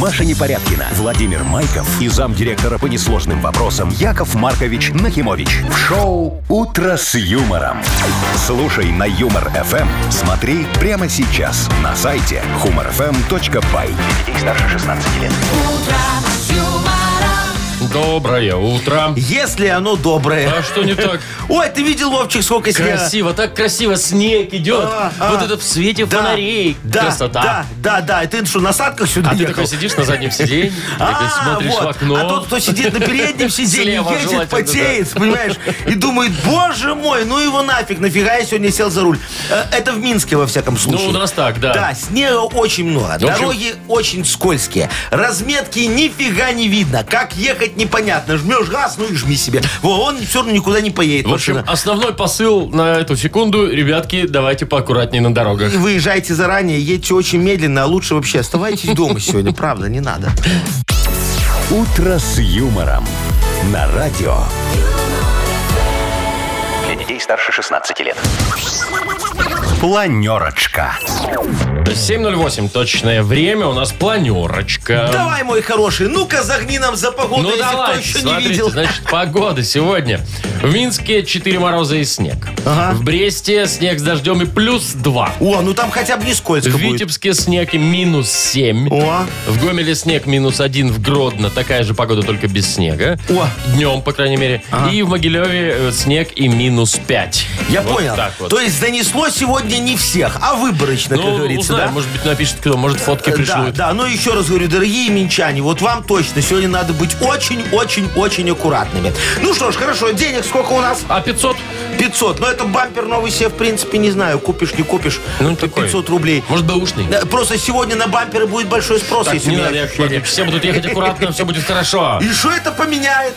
Маша Непорядкина, Владимир Майков и замдиректора по несложным вопросам Яков Маркович Нахимович. В шоу «Утро с юмором». Слушай на «Юмор-ФМ». Смотри прямо сейчас на сайте humorfm.by. Для детей старше 16 лет. Доброе утро. Если оно доброе. А что не так? Ой, ты видел, Вовчик, сколько снега? Красиво, так красиво снег идет. А, а. вот это в свете фонарей. Да, Красота. да, да, да. И ты что, на садках сюда А ты ехал? такой сидишь на заднем сиденье, такой смотришь в вот. окно. А тот, кто сидит на переднем сиденье, Слева желательно, едет, потеет, понимаешь, и думает, боже мой, ну его нафиг, нафига я сегодня сел за руль. Э, Это в Минске, во всяком случае. Ну, у нас так, да. Да, снега очень много, В общем- дороги очень скользкие, разметки нифига не видно, как ехать непонятно, жмешь газ, ну и жми себе. Во, он все равно никуда не поедет. В общем, машина. основной посыл на эту секунду. Ребятки, давайте поаккуратнее на дорогах. И выезжайте заранее, едьте очень медленно, а лучше вообще оставайтесь дома сегодня, правда, не надо. «Утро с юмором» на радио. Для детей старше 16 лет. Планерочка. 7.08 точное время. У нас планерочка. Давай, мой хороший, ну-ка загни нам за погоду, Ну если давай, кто еще смотрите, не видел. значит, погода сегодня. В Минске 4 мороза и снег. Ага. В Бресте снег с дождем и плюс 2. О, ну там хотя бы не скользко В будет. Витебске снег и минус 7. О, а? В Гомеле снег минус 1, в Гродно такая же погода, только без снега. О. Днем, по крайней мере. И в Могилеве э, снег и минус 5. я понял. Так вот. То есть занесло сегодня не всех, а выборочно, ну, как говорится, узнаем, да? Э, может быть, напишет кто, может, фотки Да, пришлют. да, но еще раз говорю, дорогие минчане, вот вам точно сегодня надо быть очень-очень-очень аккуратными. Ну что ж, хорошо, денег сколько у нас? А 500? 500. Но это бампер новый себе, в принципе, не знаю, купишь, не купишь. Ну, такой. 500 рублей. Может, бэушный? Да, Просто сегодня на бамперы будет большой спрос, Так, если не у меня надо, Яков ощущение. Маркович, все будут ехать аккуратно, все будет хорошо. И что это поменяет?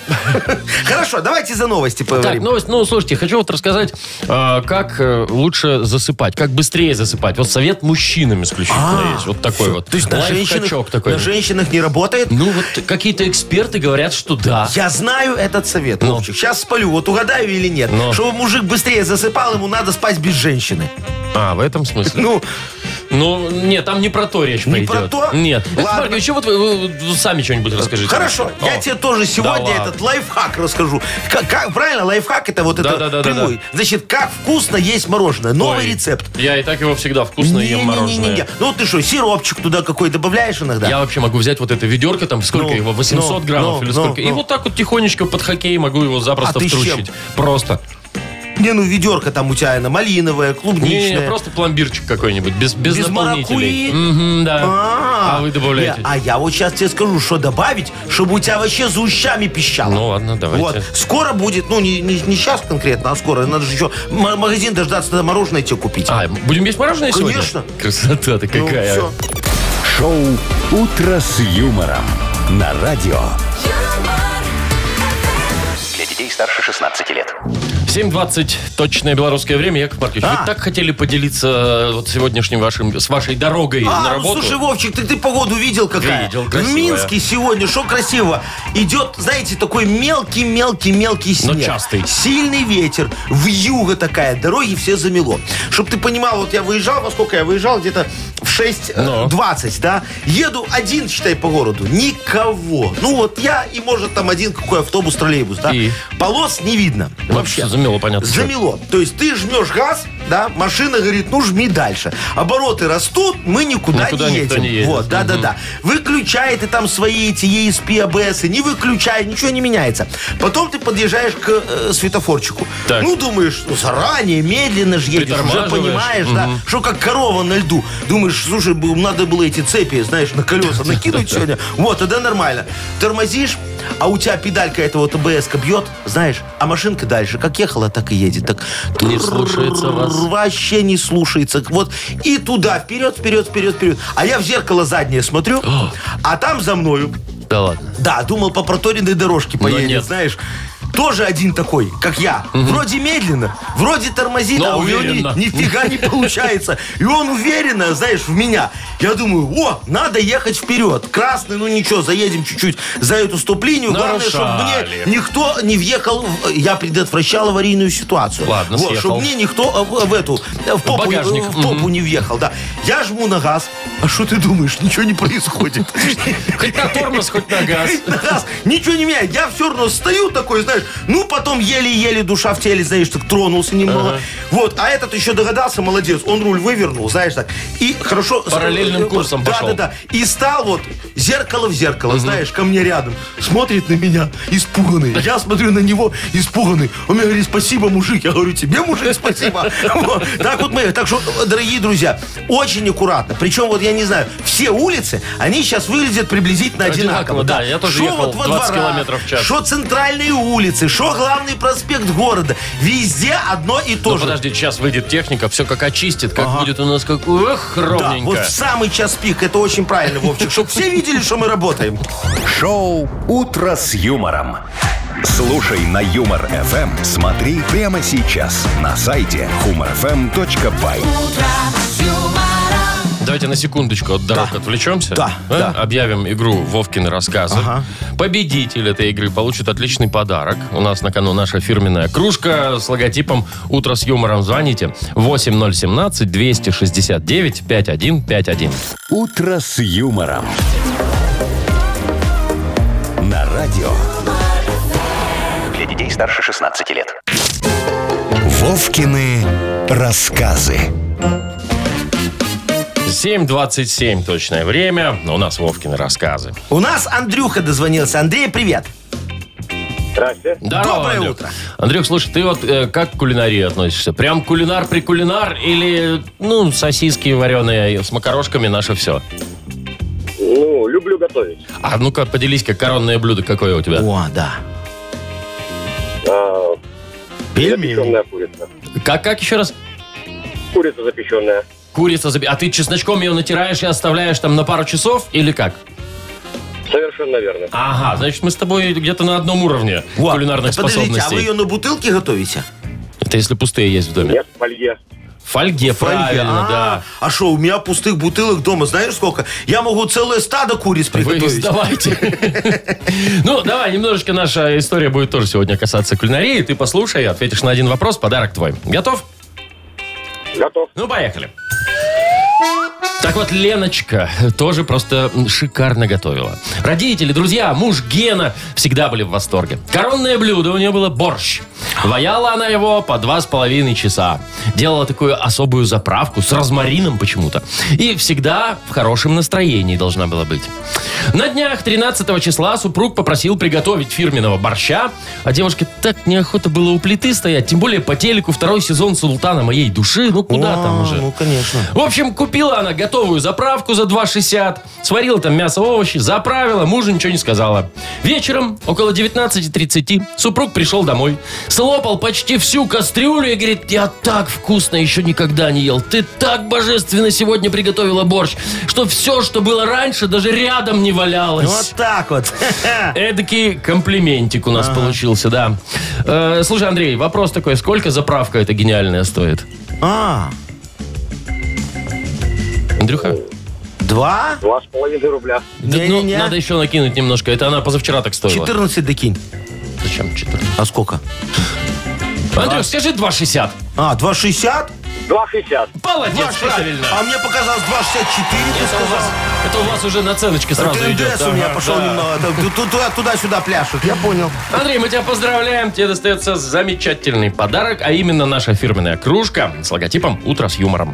Хорошо, давайте за новости Так, поговорим. новость. Ну, слушайте, хочу вот рассказать, э, как э, лучше засыпать, как быстрее засыпать. Вот совет мужчинам исключительно есть. Вот такой вот. А, То есть на женщинах, Лайфхачок такой. на женщинах не работает? Ну, вот какие-то эксперты говорят, что да. Я знаю этот совет, Ну. Вовчик. Сейчас спалю, вот угадаю или нет. Ну. Чтобы мужик быстрее засыпал, ему надо спать без женщины. А, в этом смысле. Ну, Ну, нет, там не про то речь Не пойдет. про то? Нет. Ладно. Марк, еще вот вы, вы- вы сами что-нибудь расскажите. хорошо. Я О. тебе тоже сегодня ну. ладно. этот лайфхак расскажу. Как, как- правильно, лайфхак это вот это Да-да-да-да-да. прямой. Значит, как вкусно есть мороженое. Ой, Новый рецепт. Я и так его всегда вкусно ем мороженое. Не-не-не-не-не. Ну ты что, сиропчик туда какой добавляешь иногда? Я вообще могу взять вот это ведерко, там сколько Ну, его, 800 ну, граммов ну, или ну, сколько, и ну. вот так вот тихонечко под хоккей могу его запросто А ты с чем? втрущить. Просто. Не, ну ведерко там у тебя, на малиновое, клубничное. Не, не, просто пломбирчик какой-нибудь, без, без, Без наполнителей. маракуйи? Мгм, да. А, вы добавляете. Не, а я вот сейчас тебе скажу, что добавить, чтобы у тебя вообще за ушами пищало. Ну ладно, давайте. Вот. Скоро будет, ну не, сейчас конкретно, а скоро. Надо же еще м- магазин дождаться, надо мороженое тебе купить. А, будем есть мороженое Конечно. сегодня? Красота-то Ну, какая. всё. Шоу «Утро с юмором» на радио. Для детей старше 16 лет. 7.20, точное белорусское время. Яков Маркович, вы А. так хотели поделиться э, вот сегодняшним вашим, с вашей дорогой А, на ну, работу. слушай, Вовчик, ты, ты погоду видел какая? Видел, В красивая. Минске сегодня, что красиво, идет, знаете, такой мелкий-мелкий-мелкий Но снег. частый. Сильный ветер, вьюга такая, дороги все замело. Чтоб ты понимал, вот я выезжал, во сколько я выезжал, где-то в 6.20, Ну. 20, да? Еду один, считай, по городу, никого. Ну вот я и, может, там один какой автобус, троллейбус, да? И? Полос не видно Ну, вообще. всё замело, понятно, что. Замело. То есть ты жмешь газ, да, машина говорит, ну жми дальше. Обороты растут, мы никуда, Никуда не никто едем. не едет. Вот, да, да, да. Выключай ты там свои эти E ESP, ABS, не выключай, ничего не меняется. Потом ты подъезжаешь к э, светофорчику. Так. Ну, думаешь, ну, заранее, медленно же едешь, уже Притормаживаешь. понимаешь, да, что как корова на льду. Думаешь, слушай, бу- надо было эти цепи, знаешь, на колеса накинуть сегодня. Вот, тогда нормально. Тормозишь, а у тебя педалька этого ТБС бьет, знаешь, а машинка дальше как ехала, так и едет. Так Не слушается вас. Вообще не слушается. Вот и туда, вперед, вперед, вперед, вперед. А я в зеркало заднее смотрю, а там за мною Да ладно. да, думал по проторенной дорожке поедет, нет. знаешь. тоже один такой, как я. Вроде медленно, вроде тормозит, Но а у него ни- уверенно. нифига не получается. И он уверенно, знаешь, в меня. Я думаю, о, надо ехать вперед. Красный, ну ничего, заедем чуть-чуть за эту стоп-линию. Главное, чтобы Нарушали. мне никто не въехал. в- Я предотвращал аварийную ситуацию. Ладно, вот, съехал. чтобы мне никто в, в эту, в попу, багажник. в попу не въехал, да. Я жму на газ. А что ты думаешь? Ничего не происходит. Хоть на тормоз, хоть на газ. На раз. Ничего не меняет. Я все равно стою такой, знаешь, ну потом еле-еле душа в теле, знаешь, так тронулся немного. Вот, а этот еще догадался, молодец, он руль вывернул, знаешь, так. И хорошо... э, Параллельным курсом да, пошел. Да, да, И стал вот зеркало в зеркало, знаешь, ко мне рядом. Смотрит на меня испуганный. Я смотрю на него испуганный. Он мне говорит, спасибо, мужик. Я говорю, тебе, мужик, спасибо. Вот. Так вот мы, так что, дорогие друзья, очень аккуратно. Причем, вот я не знаю, все улицы, они сейчас выглядят приблизительно Одинаково, одинаково. да, я тоже Шо ехал вот во 20 дворах, километров в час. Шо центральные улицы, шо главный проспект города. Везде одно и то Ну, же. подожди, сейчас выйдет техника, все как очистит, как будет у нас как... Эх, Да, вот ровненько. в самый час пик, это очень правильно, Вовчик, чтобы все видели, что мы работаем. Шоу «Утро с юмором». Слушай на Юмор ФМ. Смотри прямо сейчас на сайте humorfm.by. Давайте на секундочку от дорог отвлечемся. Да, А? да. Объявим игру Вовкины рассказы. Победитель этой игры получит отличный подарок. У нас на кону наша фирменная кружка с логотипом «Утро с юмором». Звоните 8017-269-5151. «Утро с юмором». На радио Для детей старше 16 лет. «Вовкины рассказы». 7.27 точное время. У нас Вовкины рассказы. У нас Андрюха дозвонился. Андрей, привет. Здрасте. Здорово, Доброе Андрюх. утро. Андрюх, слушай, ты вот э, как к кулинарии относишься? Прям кулинар при кулинар или, ну, сосиски вареные с макарошками, наше все? Ну, люблю готовить. А ну-ка, поделись, как коронное блюдо какое у тебя? О, да. А, Пельмени. запеченная курица. Как, как еще раз? Курица запеченная. Курица заби- А ты чесночком ее натираешь и оставляешь там на пару часов или как? Совершенно верно. Ага, значит, мы с тобой где-то на одном уровне Во. кулинарных Да Подождите, а способностей. вы ее на бутылке готовите? Это если пустые есть в доме. Нет, фольге. В Фольге, правильно, А, да. А что, у меня пустых бутылок дома, знаешь сколько? Я могу целое стадо куриц Вы их приготовить. сдавайте. Ну, давай, немножечко наша история будет тоже сегодня касаться кулинарии. Ты послушай, ответишь на один вопрос, подарок твой. Готов? Готов. Ну, поехали. Так вот, Леночка тоже просто шикарно готовила. Родители, друзья, муж Гена всегда были в восторге. Коронное блюдо у нее было борщ. Ваяла она его по два с половиной часа. Делала такую особую заправку с розмарином почему-то. И всегда в хорошем настроении должна была быть. На днях 13 числа супруг попросил приготовить фирменного борща, а девушке так неохота было у плиты стоять, тем более по телеку второй сезон «Султана моей души». Ну, куда там А, уже? Ну, конечно. В общем, купила она готовую заправку за 2,60, сварила там мясо, овощи, заправила, мужу ничего не сказала. Вечером, около 19.30, супруг пришел домой, слопал почти всю кастрюлю и говорит, я так вкусно еще никогда не ел, ты так божественно сегодня приготовила борщ, что все, что было раньше, даже рядом не валялось. Вот так вот. Эдакий комплиментик у нас получился, да. Э, слушай, Андрей, вопрос такой, сколько заправка эта гениальная стоит? А, Андрюха? два? Два с половиной рубля. Да, ну, Не-не-не. надо еще накинуть немножко. Это она позавчера так стоила. 14 докинь. Зачем 14? А сколько? Андрюх, скажи 2,60. А, 2,60? Два шестьдесят. Молодец, 2,60. правильно. А мне показалось 2,64, Это ты у, сказал. вас, это у вас уже наценочка сразу Это идет. НДС у меня Ага, пошел да. немного. Там ту- ту- ту- Туда-сюда пляшут. Я понял. Андрей, мы тебя поздравляем. Тебе достается замечательный подарок, а именно наша фирменная кружка с логотипом «Утро с юмором».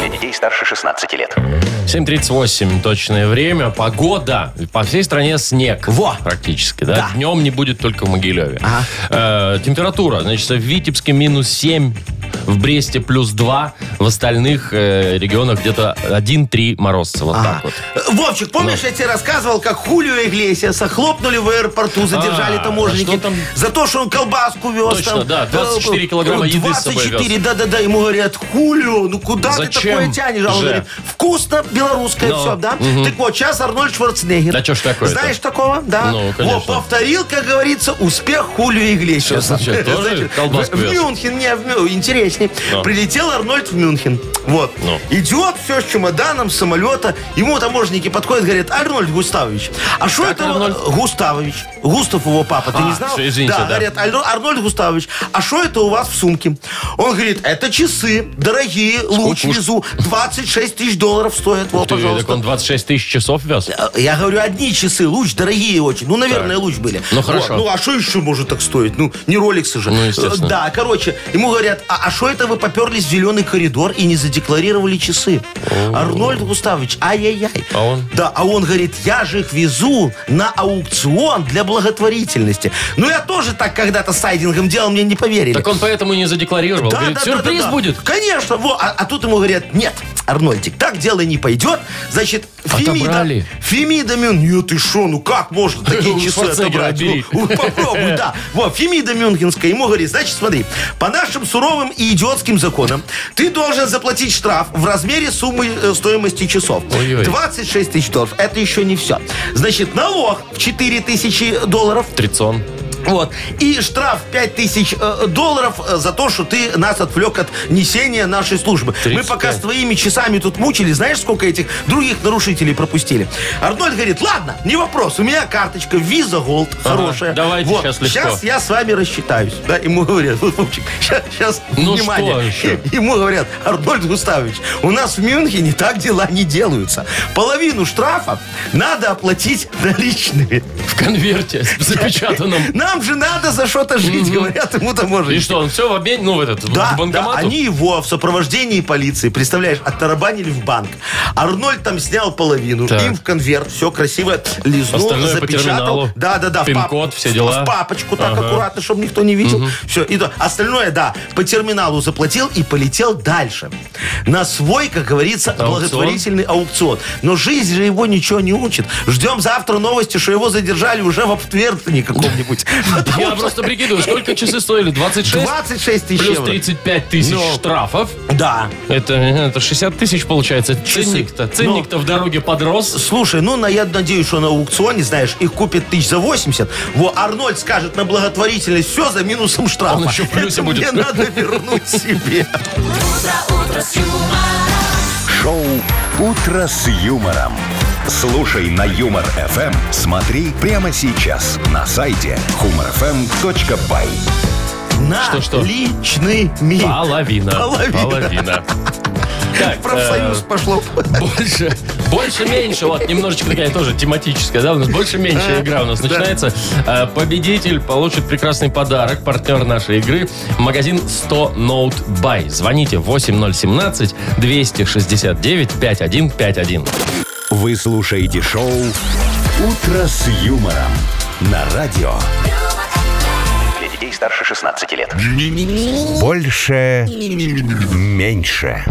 Для детей старше 16 лет. 7.38 точное время. Погода. По всей стране снег. Во! Практически, да? Да. Днем не будет только в Могилеве. Э, температура, значит, в Витебске минус 7, в Бресте плюс 2, в остальных э, регионах где-то 1-3 морозца. Вот так вот. Э, Вовчик, помнишь, я тебе рассказывал, как Хулио Иглесиаса хлопнули в аэропорту, задержали А, таможенники что там? за то, что он колбаску вез. Точно, там, да, 24 э, килограмма еды с собой 24, да-да-да, ему говорят, Хулио, ну куда ты Зачем такое тянешь? А он же? говорит, вкусно, белорусское Ну, все, да? Так вот, сейчас Арнольд Шварценеггер. Да чё ж такое-то? Знаешь такого? Да. Ну, Во, конечно. повторил, как говорится, успех Хулио Иглесиаса. Сейчас, сейчас, тоже Значит, колбаску в- в вез? Мюнхен, не, в Мю- интересней. Ну. Прилетел Арнольд в Мюнхен. Вот. Ну. Идет все с чемоданом, с самолета. Ему таможенники подходят, говорят, Арнольд Густавович. А что это? Арнольд? у- Густавович. Густав его папа, ты А, не знал? всё, извините, да. говорят, «Арно- Арнольд Густавович, а что это у вас в сумке? Он говорит, это часы, дорогие, уж- луч внизу, 26 тысяч долларов стоят. Вот, Ты, так пожалуйста. он 26 тысяч часов вез. Э, Я говорю, одни часы, луч, дорогие очень. Ну, наверное, луч были. Ну, хорошо. Вот, Ну, а что еще может так стоить? Ну, не роликсы же. Ну, естественно. Э, Да, короче, ему говорят, а что это вы поперлись в зеленый коридор и не задекларировали часы? Арнольд Густавович, ай-яй-яй. А он? Да, а он говорит, я же их везу на аукцион для благотворительности. Ну, я тоже так когда-то сайдингом делал, мне не поверили. Так он поэтому и не задекларировал. Да, Говорит, да, да, сюрприз да, да. будет. Конечно, во, а, а тут ему говорят, нет, Арнольдик, так дело не пойдет. Значит, Отобрали. Фемида... Фемида Мюн... Нет, ты шо, ну как можно У такие часы Шварценеггера отобрать? бери. Ну, попробуй, да. Вот, Фемида Мюнхенская ему говорит, значит, смотри, по нашим суровым и идиотским законам ты должен заплатить штраф в размере суммы э, стоимости часов. Ой-ой. 26 тысяч долларов. Это еще не все. Значит, налог в 4 тысячи долларов. Трицон. Вот. И штраф 5000 э, долларов э, за то, что ты нас отвлек от несения нашей службы. 35. Мы пока с твоими часами тут мучили, знаешь, сколько этих других нарушителей пропустили. Арнольд говорит, ладно, не вопрос, у меня карточка Visa Gold хорошая. давайте Вот. щас легко. Щас я с вами рассчитаюсь. Да, ему говорят, вот, Вовчик, сейчас, Ну, внимание. что еще? Ему говорят, Арнольд Густавович, у нас в Мюнхене так дела не делаются. Половину штрафа надо оплатить наличными. В конверте запечатанном. Нам же надо за что-то жить, говорят ему И таможенники. что, он все в обмен, ну, в этот, Да, к банкомату? да, они его в сопровождении полиции, представляешь, оттарабанили в банк. Арнольд там снял половину, Так. им в конверт, все красиво лизнул, Остальное по запечатал. терминалу. да, да, да. в Пин-код, все в- дела. В папочку так Ага. аккуратно, чтобы никто не видел. Все, и то. Остальное, да, по терминалу заплатил и полетел дальше. На свой, как говорится, благотворительный аукцион. Но жизнь же его ничего не учит. Ждем завтра новости, что его задержали уже в обтвертании каком-нибудь. Потому Я что просто прикидываю, сколько часы стоили? 26? 26 тысяч Плюс евро. 35 тысяч Ну. штрафов. Да. Это, это 60 тысяч получается. Часы. Ценник-то. Ну. Ценник-то в дороге подрос. Слушай, ну, на, я надеюсь, что на аукционе, знаешь, их купит тысяч за 80. Во, Арнольд скажет на благотворительность все за минусом штрафа. Он еще в плюсе Это будет. Мне надо вернуть себе. Шоу «Утро с юмором». Слушай на Юмор ФМ. Смотри прямо сейчас на сайте humorfm.by. Что-что? Наличными. Половина. Половина. Так, В профсоюз э, пошло. Больше, больше, меньше. Вот немножечко такая тоже тематическая, да? У нас больше, меньше игра у нас начинается. Э, Победитель получит прекрасный подарок. Партнер нашей игры магазин 100 Note Buy. Звоните 8017 269 5151. Вы слушаете шоу «Утро с юмором» на радио. Для детей старше 16 лет. Больше. Меньше.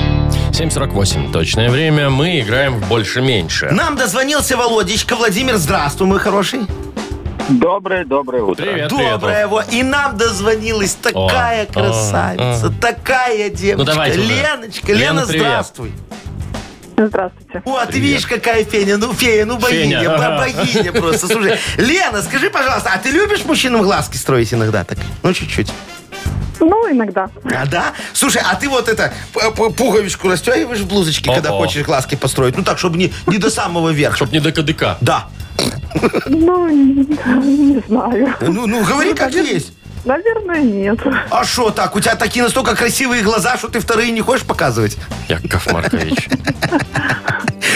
748 точное время. Мы играем в больше-меньше. Нам дозвонился Володечка. Владимир, здравствуй, мой хороший. Доброе, доброе утро. Привет, привет. Доброе его. И нам дозвонилась такая О, Ну, красавица, такая девочка. давайте уже. Леночка, Лена, Лена, привет. здравствуй. Здравствуйте. О, ты видишь, какая Феня, ну фея, ну богиня, Феня, бо- ага. богиня просто. Слушай, Лена, скажи, пожалуйста, а ты любишь мужчинам глазки строить иногда так? Ну, чуть-чуть. Ну, иногда. А, да? Слушай, а ты вот это, п- п- пуговичку расстегиваешь в блузочке, когда О-о. хочешь глазки построить? Ну, так, чтобы не, не до самого верха. Чтоб не до КДК. Да. Ну, не знаю. Ну, ну говори как есть. Наверное, нет. А что так? У тебя такие настолько красивые глаза, что ты вторые не хочешь показывать? Яков Маркович.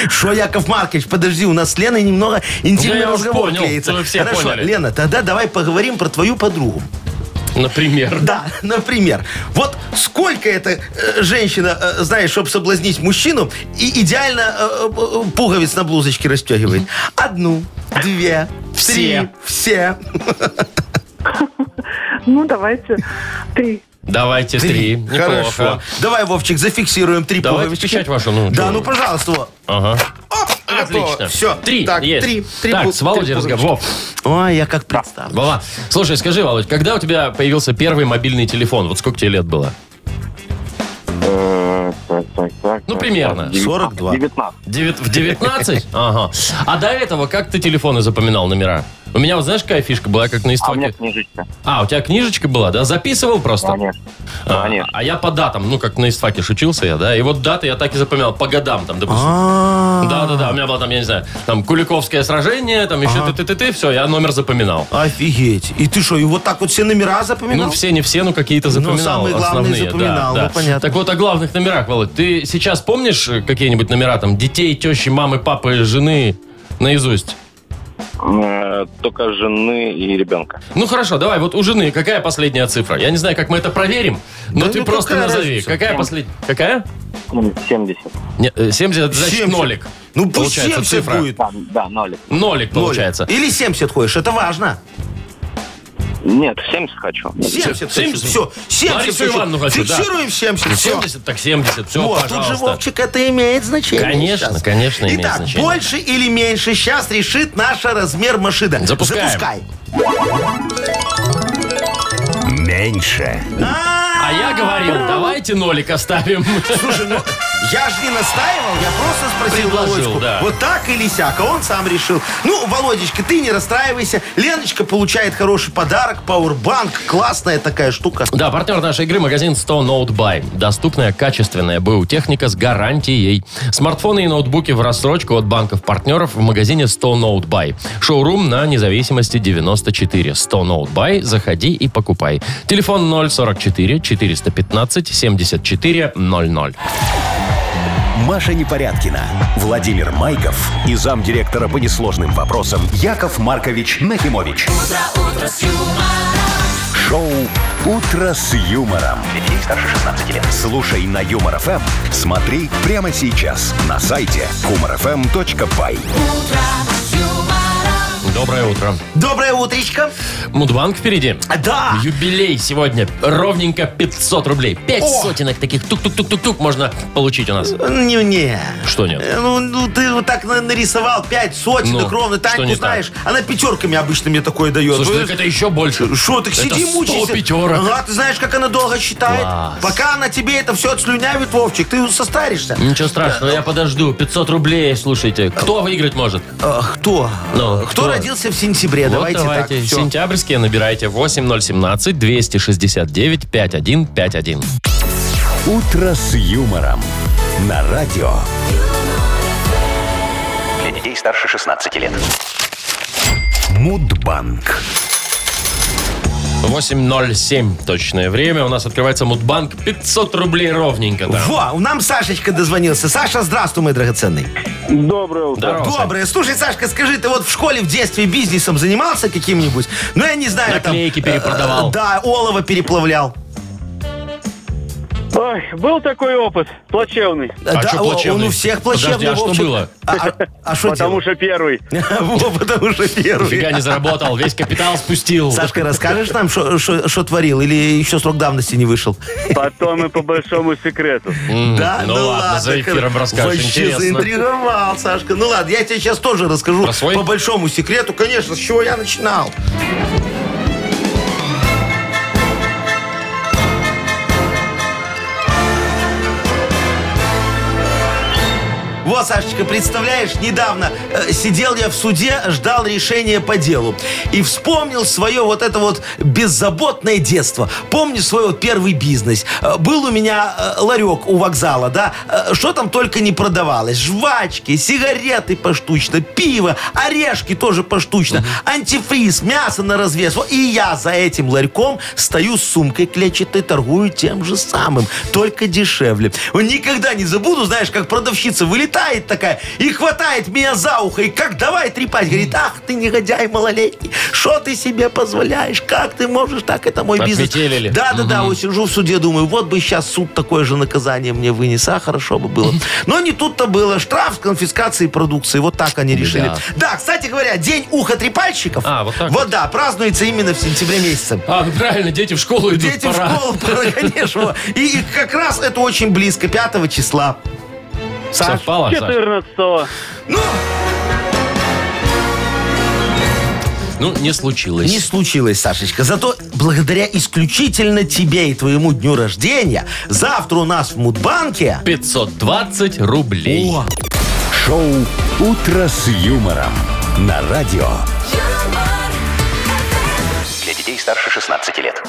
Что, Яков Маркович, подожди, у нас с Леной немного интимный Ну, я уж разговор понял, клеится. ну, все Хорошо, поняли. Лена, тогда давай поговорим про твою подругу. Например. Да, например. Вот сколько эта э, женщина, э, знаешь, чтобы соблазнить мужчину, и идеально э, э, пуговиц на блузочке расстегивает? Одну, две, Все. три, все. Ну, давайте. Три. Давайте три. Хорошо. Неплохо. Давай, Вовчик, зафиксируем три Давайте пуговички. печать вашу, ну, Да, чего ну, вы. пожалуйста. вот. Ага. Готово. Отлично. Все. Три. Так, есть. три. три так, пу- с Володей три разговор. пуговички. Вов, Ой, я как представлю. Вова, слушай, скажи, Володь, когда у тебя появился первый мобильный телефон? Вот сколько тебе лет было? Э, так, так, так, Ну, так, примерно. так, 42. 19. Девят- В 19? Ага. А до этого как ты телефоны запоминал номера? У меня, вот знаешь, какая фишка была, как на А у меня истоке? книжечка. А, у тебя книжечка была, да? Записывал просто? Конечно. А, Конечно. а я по датам, ну, как на истфаке шучился я, да? И вот даты я так и запоминал, по годам там, допустим. А, Да-да-да, у меня было там, я не знаю, там Куликовское сражение, там еще ты-ты-ты, все, я номер запоминал. Офигеть. И ты что, и вот так вот все номера запоминал? Ну, все, не все, но какие-то запоминал. самые главные основные, Ну, запоминал, да, ну, да. понятно. Так вот, о главных номерах, Володь. Ты сейчас помнишь э, какие-нибудь номера там детей, тещи, мамы, папы, жены наизусть? Э, Только жены и ребенка. Ну хорошо, давай, вот у жены какая последняя цифра? Я не знаю, как мы это проверим, но Да ты ну просто какая назови. разница? Какая последняя? Какая? М, 70. Не, э, 70, значит, 70. нолик. Ну, пусть Получается, 70 цифра. будет. Да, да, нолик. Нолик Ноль. получается. Или 70 ходишь, это важно. Нет, 70 хочу. 70, 70. Все, 70 Ларису хочу. Ивановну хочу, да. Фиксируем 70. всё. 70, так 70, все, Вот, тут пожалуйста. же, Вовчик, это имеет значение. Конечно, сейчас. конечно, имеет Итак, значение. больше или меньше сейчас решит наша размер машина. Запускаем. Запускай. Меньше. А я говорил, давайте нолик оставим. Слушай, ну, я же не настаивал, я просто спросил Предложил, Володьку, да. вот так или сяк, а он сам решил. Ну, Володечка, ты не расстраивайся, Леночка получает хороший подарок, пауэрбанк, классная такая штука. Да, партнер нашей игры магазин 100 Note Buy. Доступная, качественная БУ техника с гарантией. Смартфоны и ноутбуки в рассрочку от банков-партнеров в магазине 100 Note Buy. Шоурум на независимости 94. 100 Note Buy. Заходи и покупай. Телефон 044 415 74 00. Маша Непорядкина, Владимир Майков и замдиректора по несложным вопросам Яков Маркович Нахимович. Шоу Утро с юмором. Детей старше 16 лет. Слушай на Юмор ФМ, смотри прямо сейчас на сайте humorfm.by. Доброе утро. Доброе утречко. Мудбанк впереди. А, Да. Юбилей сегодня. Ровненько 500 рублей. Пять О! сотенок таких тук-тук-тук-тук-тук можно получить у нас. Не, Ну, не. Что нет? Э, Ну, ну, ты вот так на- нарисовал пять сотенок Ну, ровно, что не Таньку так? знаешь, она пятерками обычно мне такое дает. Слушай, Вот так это еще больше. Что, ты сиди Это мучайся. 100 пятерок. Ага, ты знаешь, как она долго считает. Класс. Пока она тебе это все отслюнявит, Вовчик, ты состаришься. Ничего страшного, я подожду. 500 рублей, слушайте. Кто выиграть может? А, кто? Ну, кто? кто? родился в сентябре? Вот давайте, так. всё. Сентябрьские набирайте 8017-269-5151. Утро с юмором на радио. Для детей старше 16 лет. Мудбанк. 8.07 точное время. У нас открывается Мудбанк. 500 рублей ровненько. Да. Во, нам Сашечка дозвонился. Саша, здравствуй, мой драгоценный. Доброе утро. Здорово, Сань. Доброе. Слушай, Сашка, скажи, ты вот в школе в детстве бизнесом занимался каким-нибудь? Ну, я не знаю, Наклейки там... э, перепродавал. э, Да, олово переплавлял. Ой, был такой опыт, плачевный. Э, да, А чё о- плачевный? Он у всех Подожди, плачевный, а что Вовчик. было? А- а- А что Потому что первый. Во, потому что Фига первый. не заработал, весь капитал спустил. Сашка, расскажешь нам, что творил? Или еще срок давности не вышел? Потом и по большому секрету. М, Да? ну, ладно, за эфиром расскажешь. Вообще Интересно. заинтриговал, Сашка. Ну ладно, я тебе сейчас тоже расскажу Про свой? по большому секрету, конечно, с чего я начинал. Вот, Сашечка, представляешь, недавно э, сидел я в суде, ждал решения по делу. И вспомнил свое вот это вот беззаботное детство. Помню свой вот первый бизнес. Э, был у меня э, ларек у вокзала, да? Э, что там только не продавалось. Жвачки, сигареты поштучно, пиво, орешки тоже поштучно, антифриз, мясо на развес. Во, И я за этим ларьком стою с сумкой клетчатой, торгую тем же самым, только дешевле. Никогда не забуду, знаешь, как продавщица вылетает, подбегает такая и хватает меня за ухо, и как давай трепать. Говорит, ах ты негодяй малолетний, что ты себе позволяешь, как ты можешь так, это мой бизнес. Отметелили. Да, да, да, вот сижу в суде, думаю, вот бы сейчас суд такое же наказание мне вынес, а хорошо бы было. Но не тут-то было, штраф с конфискацией продукции, вот так они решили. Да. Да, кстати говоря, день ухотрепальщиков, А, вот так вот да, празднуется именно в сентябре месяце. А, ну правильно, дети в школу идут, Дети пора. в школу, пора, конечно. вот. И, и как раз это очень близко, 5 числа. Саш, Совпало, Саш? 14 ну, Ну, не случилось. не случилось, Сашечка. Зато благодаря исключительно тебе и твоему дню рождения, завтра у нас в Мудбанке... 520 рублей. О, Шоу «Утро с юмором» на радио. юмор, Для детей старше 16 лет.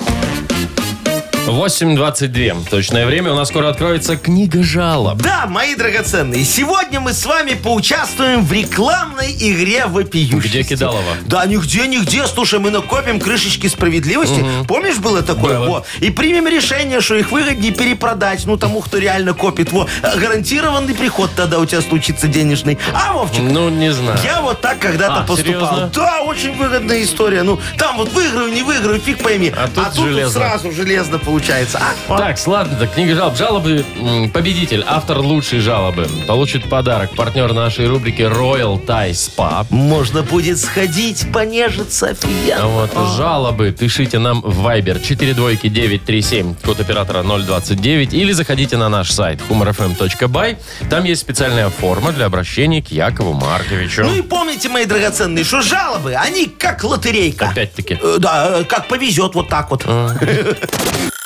8.22. Точное время. У нас скоро откроется книга жалоб. Да, мои драгоценные, сегодня мы с вами поучаствуем в рекламной игре вопиющести. Где Кидалова? Да, нигде, нигде. Слушай, мы накопим крышечки справедливости. Помнишь, было такое? Было. Во. И примем решение, что их выгоднее перепродать, ну, тому, кто реально копит. Во. А Гарантированный приход тогда у тебя случится денежный. А, Вовчик, Ну, не знаю. я вот так когда-то А, поступал. серьезно? Да, очень выгодная история. Ну, там вот выиграю, не выиграю, фиг пойми. А тут вот железно. сразу железно получается. А, вот. Так, ладно, так, книга жалоб. Жалобы м, победитель, автор лучшей жалобы, получит подарок. Партнер нашей рубрики Royal Thai Spa. Можно будет сходить, понежиться, офигенно. А Вот, жалобы пишите нам в Viber 42937, код оператора 029, или заходите на наш сайт humorfm.by. Там есть специальная форма для обращения к Якову Марковичу. Ну и помните, мои драгоценные, что жалобы, они как лотерейка. Опять-таки. Э, Да, э, как повезет, вот так вот. А,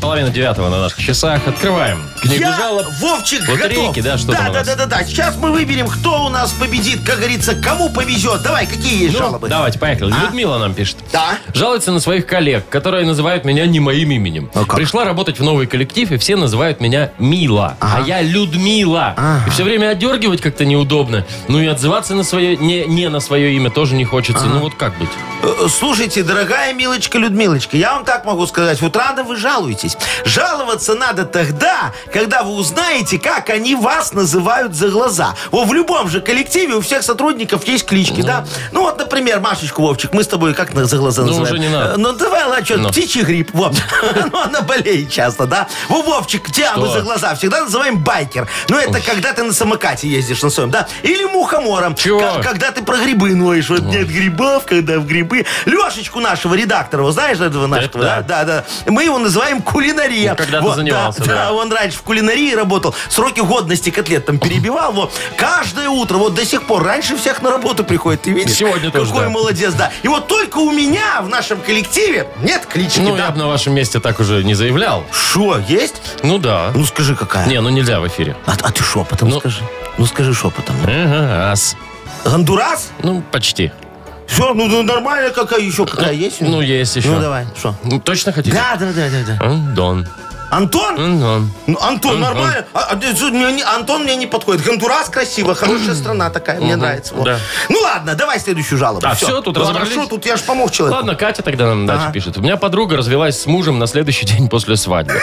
Половина девятого на наших часах. Открываем книгу Я, жалоб. Вовчик, Лотерейки, готов. да, что да, там у да, нас? да, да, да. Сейчас мы выберем, кто у нас победит, как говорится, кому повезет. Давай, какие есть Ну, жалобы? А? Давайте, поехали. Людмила нам пишет. Да. Жалуется на своих коллег, которые называют меня не моим именем. А как? Пришла работать в новый коллектив, и все называют меня Мила. А я Людмила. И все время отдергивать как-то неудобно. Ну и отзываться на свое, не, не на свое имя тоже не хочется. Ну вот как быть? Э, Слушайте, дорогая милочка Людмилочка, я вам так могу сказать, вот рано вы жалуетесь. Жаловаться надо тогда, когда вы узнаете, как они вас называют за глаза. Во, в любом же коллективе у всех сотрудников есть клички, да? Ну вот, например, Машечку, Вовчик, мы с тобой как на- за глаза Ну, называем? уже не надо. Э, Ну давай, ладно, что, Ну. птичий грипп, вот. Ну она болеет часто, да? Во, Вовчик, тебя мы Что? за глаза всегда называем байкер. Ну это когда ты на самокате ездишь на своем, да? Или мухомором. Чего? Ка- когда ты про грибы ноешь, вот нет грибов, когда в грибы. Лешечку нашего редактора, вот знаешь этого нашего, да. да? Да, да. Мы его называем кулинария. Ну, когда-то Вот, занимался, да. он раньше в кулинарии работал, сроки годности котлет там перебивал, вот. Каждое утро, вот до сих пор, раньше всех на работу приходит, ты видишь? Сегодня Какой тоже, да. молодец, да. И вот только у меня в нашем коллективе нет клички, Ну, да. я бы на вашем месте так уже не заявлял. Шо, есть? Ну да. Ну скажи, какая. Не, ну нельзя в эфире. А, а ты шепотом Ну. Э? скажи. Ну скажи шепотом. Ага, ас. Гондурас? Ну, почти. Все, ну, ну, нормально какая еще какая есть? Ну, есть еще. Ну давай, что? Ну, точно хотите? Да, да, да, да, да. Андон. Антон? Андон. Ну, Антон, нормально. А, а, ты что, мне не- Антон мне не подходит. Гондурас красиво, хорошая страна такая, мне нравится. Вот. да. Ну ладно, давай следующую жалобу. А, всё, тут разобрались? Хорошо, тут я ж помог человеку. Ладно, Катя тогда нам дальше Ага. пишет. У меня подруга развелась с мужем на следующий день после свадьбы.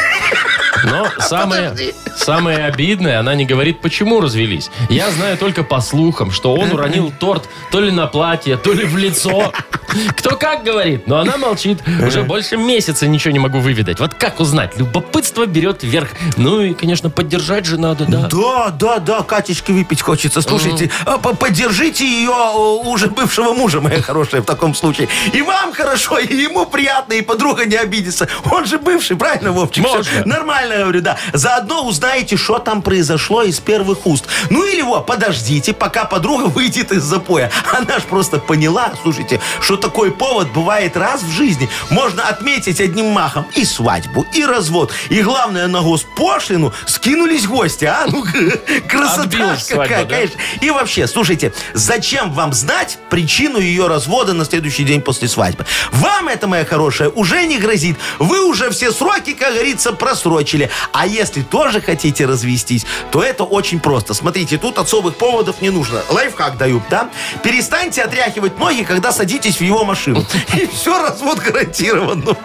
Но самое, самое обидное, она не говорит, почему развелись. Я знаю только по слухам, что он уронил торт то ли на платье, то ли в лицо. Кто как говорит, но она молчит. Уже больше месяца ничего не могу выведать. Вот как узнать? Любопытство берет вверх. Ну и, конечно, поддержать же надо, Ну, да. Ну. Да, да, да, Катечке выпить хочется. Слушайте, а, по- поддержите ее о, уже бывшего мужа, моя хорошая, в таком случае. И вам хорошо, и ему приятно, и подруга не обидится. Он же бывший, правильно, Вовчик? Всё Можно. Нормально, я говорю, да. Заодно узнаете, что там произошло из первых уст. Ну или во, подождите, пока подруга выйдет из запоя. Она ж просто поняла, слушайте, что такой повод бывает раз в жизни. Можно отметить одним махом и свадьбу, и развод. И главное, на госпошлину скинулись гости, а? Ну, красота Отбилась свадьба, какая, да? конечно. И вообще, слушайте, зачем вам знать причину ее развода на следующий день после свадьбы? Вам это, моя хорошая, уже не грозит. Вы уже все сроки, как говорится, просрочили. А если тоже хотите хотите развестись, то это очень просто. Смотрите, тут особых поводов не нужно. Лайфхак даю, да? Перестаньте отряхивать ноги, когда садитесь в его машину. И все, развод гарантирован. Ну,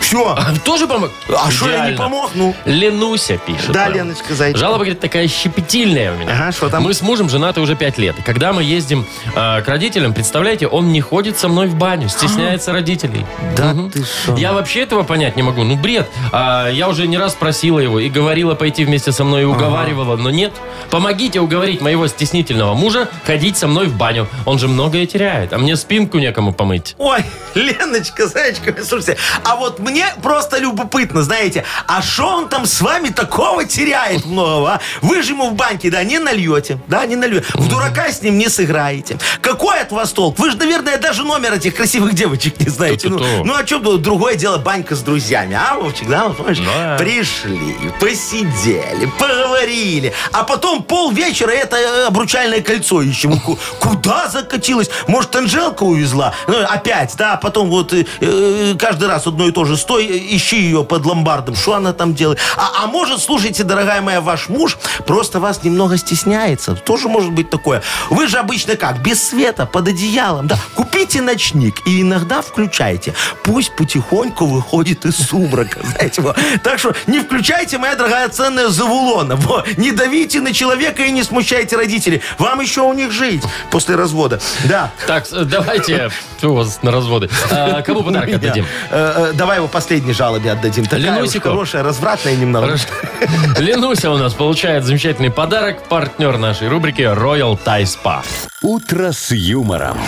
Все. А, Тоже помог? А что я не Идеально. помог? Ну, Ленуся пишет. да, нам. Леночка, зайди. Жалоба, говорит, такая щепетильная у меня. Ага, что там? Мы с мужем женаты уже пять лет. И Когда мы ездим э, к родителям, представляете, он не ходит со мной в баню, стесняется родителей. А. Да Мгм. ты что? Я вообще этого понять не могу. Ну, бред. А, я уже не раз просила его и говорила пойти вместе со мной, и уговаривала, но нет. Помогите уговорить моего стеснительного мужа ходить со мной в баню. Он же многое теряет, а мне спинку некому помыть. Ой, Леночка, Зайчка, слушайте, а вот мне просто любопытно, знаете, а что он там с вами такого теряет многого, а? Вы же ему в банке, да, не нальете, да, не нальете. В дурака с ним не сыграете. Какой от вас толк? Вы же, наверное, даже номер этих красивых девочек не знаете. Ну, Ту-ту-ту. ну, а чем тут другое дело банька с друзьями, а, Вовчик, да, вот, понимаешь? Да. Пришли, посидели, поговорили, а потом полвечера это э, обручальное кольцо ищем. Ку- Куда закатилось? Может, Анжелка увезла? Ну, опять, да, потом вот э, э, каждый раз одно и то же. Стой, э, ищи ее под ломбардом, что она там делает. А, а может, слушайте, дорогая моя, ваш муж просто вас немного стесняется. Тоже может быть такое. Вы же обычно как? Без света, под одеялом, да? Купите ночник и иногда включайте. Пусть потихоньку выходит из сумрака, знаете. во. Так что не включайте, моя драгоценная Завулона. Во. Не давите на человека и не смущайте родителей. Вам еще у них жить после развода. Да. Так, э, давайте... Что у вас на разводы? А, кому подарок Меня. отдадим? Ну, Э, э, Давай его последней жалобе отдадим. Такая уж Ленусику? хорошая, развратная немного. Хорошо. Ленуся у нас получает замечательный подарок. Партнер нашей рубрики Royal Thai Spa. «Утро с юмором».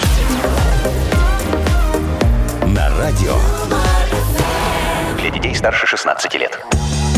На радио. Для детей старше 16 лет.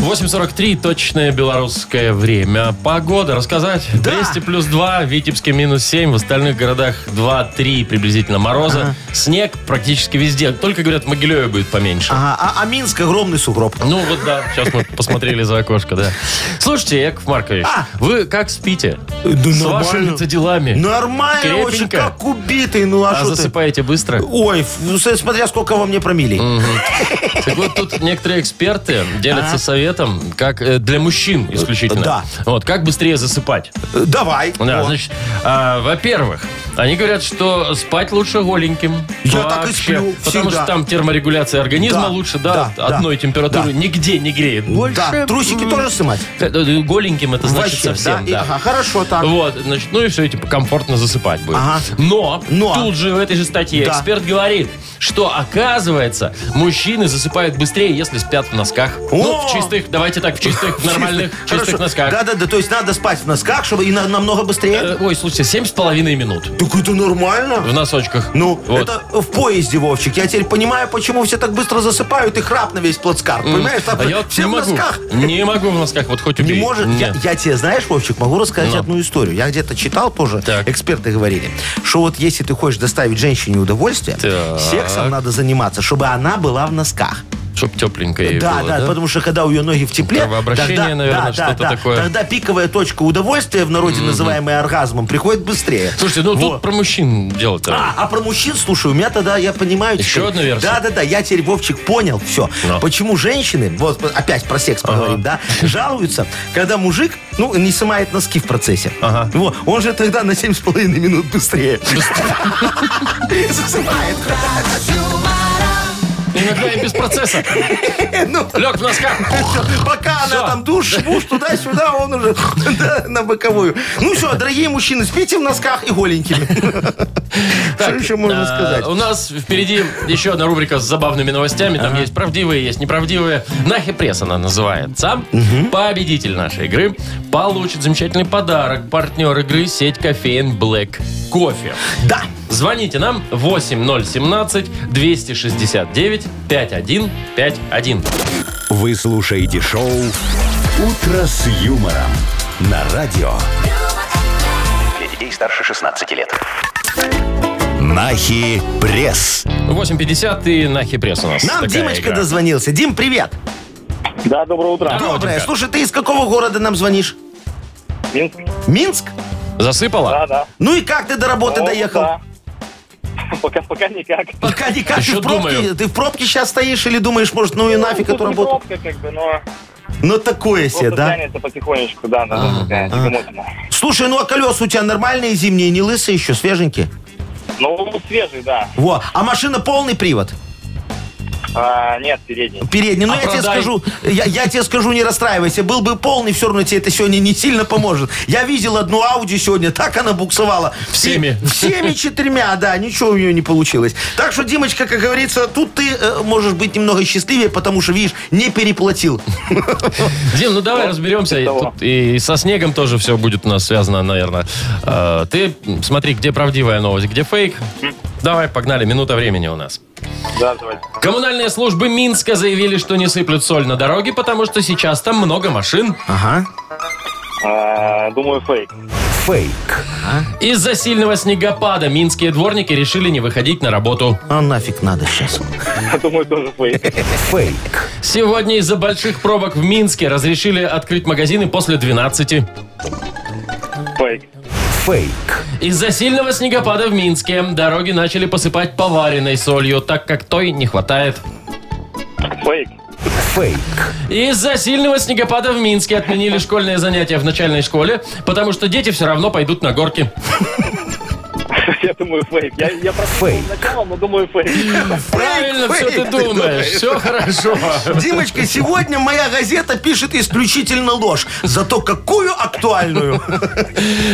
8.43, точное белорусское время. Погода, рассказать? В Бресте плюс 2, в Витебске минус 7, в остальных городах 2-3 приблизительно мороза. Снег практически везде. Только, говорят, в Могилеве будет поменьше. Ага, а, а Минск огромный сугроб. Ну вот да, сейчас мы посмотрели за окошко, да. Слушайте, Яков Маркович, А. вы как спите? да С нормально. вашими-то делами. Нормально очень, Крепенько. как убитый. Ну а, А что ты? засыпаете быстро? Ой, ф- ну, с- смотря сколько во мне промилей. Так вот, тут некоторые эксперты делятся советом, как э, для мужчин исключительно. Да. Вот, как быстрее засыпать. Э, Давай. Да, О. значит, а, во-первых, они говорят, что спать лучше голеньким. Я так и сплю Потому всегда. что там терморегуляция организма Да, лучше, да, да, одной да, температуры да. нигде не греет. Да, трусики тоже снимать? Э, э, Голеньким это значит Вообще, совсем, да? И- да. ага, хорошо так. Вот, значит, ну и все, и типа комфортно засыпать будет. Ага. Но, Но. тут же в этой же статье Да. эксперт говорит, что оказывается, мужчины засыпают быстрее, если спят в носках. Ну, О! в чистых, давайте так, в чистых, нормальных, чистых носках. Да-да-да, то есть надо спать в носках, чтобы и на- намного Э, быстрее. Ой, слушайте, семь с половиной минут Так это в нормально. носочках. Ну, Вот. это в поезде, Вовчик. Я теперь понимаю, почему все так быстро засыпают и храп на весь плацкарт. Понимаешь? Так А я вот все не в могу. носках. Не могу в носках, вот хоть убей. Не может. Я, Нет. я тебе, знаешь, Вовчик, могу рассказать Ну. одну историю. Я где-то читал тоже, Так. эксперты говорили, что вот если ты хочешь доставить женщине удовольствие, Так. сексом надо заниматься, чтобы она была в носках. Чтоб тепленько ей Да, было, да, потому что когда у ее ноги в тепле, Кровообращение, тогда, наверное, что-то такое. тогда пиковая точка удовольствия в народе, называемая оргазмом, приходит быстрее. Слушайте, ну Вот. тут про мужчин дело-то. А, а про мужчин, слушай, у меня тогда, я понимаю... Еще теперь. одна версия? Да-да-да, я теперь, Вовчик, понял все. Но. Почему женщины, вот опять про секс поговорим, да, жалуются, когда мужик, ну, не снимает носки в процессе. Ага. Вот, он же тогда на 7,5 минут быстрее. Засыпает. Иногда и без процесса. Ну, Лег в носках. Пока Всё. она там душ, муж туда-сюда, он уже да, на боковую. Ну все, дорогие мужчины, спите в носках и голенькими. Что еще можно А, сказать? У нас впереди еще одна рубрика с забавными новостями. Там есть правдивые, есть неправдивые. Нахи пресс она называется. Победитель нашей игры получит замечательный подарок. Партнер игры сеть кофеин Black Кофе. Да. Звоните нам 8017-269-5151. Вы слушаете шоу «Утро с юмором». На радио. Для детей старше 16 лет. Нахи пресс. 8.50 и Нахи пресс у нас. Нам такая Димочка игра. дозвонился. Дим, привет. Да, доброе утро. Доброе. Слушай, ты из какого города нам звонишь? Минск. Минск? Засыпала? Да, да. Ну и как ты до работы Ну, доехал? да. Пока, пока никак. Пока никак. Еще ты, в пробке, думаю. ты в пробке сейчас стоишь или думаешь, может, ну и нафиг Тут эту не работу? пробка, как бы, но Ну, такое себе, Просто да? тянется потихонечку, да, надо тянется, измотано. Слушай, ну а колеса у тебя нормальные зимние, не лысые еще, свеженькие? Ну, свежий, да. Во, а машина полный привод? А, нет, передний. Передний. Ну, А я тебе продай. скажу, я, я тебе скажу, не расстраивайся. Был бы полный, все равно тебе это сегодня не сильно поможет. Я видел одну Ауди сегодня, так она буксовала. Всеми. Все- Всеми четырьмя, да, ничего у нее не получилось. Так что, Димочка, как говорится, тут ты э, можешь быть немного счастливее, потому что, видишь, не переплатил. Дим, ну давай разберемся. И, того. тут и со снегом тоже все будет у нас связано, наверное. Э, Ты смотри, где правдивая новость, где фейк. Давай, погнали, минута времени у нас. Да, давайте. Коммунальные службы Минска заявили, что не сыплют соль на дороге, потому что сейчас там много машин. Ага. А, думаю, фейк. Фейк. Из-за сильного снегопада минские дворники решили не выходить на работу. А нафиг надо сейчас. Думаю, тоже фейк. Фейк. Сегодня из-за больших пробок в Минске разрешили открыть магазины после 12. Фейк. Фейк. Из-за сильного снегопада в Минске дороги начали посыпать поваренной солью, так как той не хватает. Фейк. Фейк. Из-за сильного снегопада в Минске отменили школьные занятия в начальной школе, потому что дети все равно пойдут на горки. Я думаю, фейк. Я, я Фейк. прослушал начало, но думаю, фейк. Правильно фейк, все ты ты думаешь. Все хорошо. Димочка, сегодня моя газета пишет исключительно ложь. Зато какую актуальную.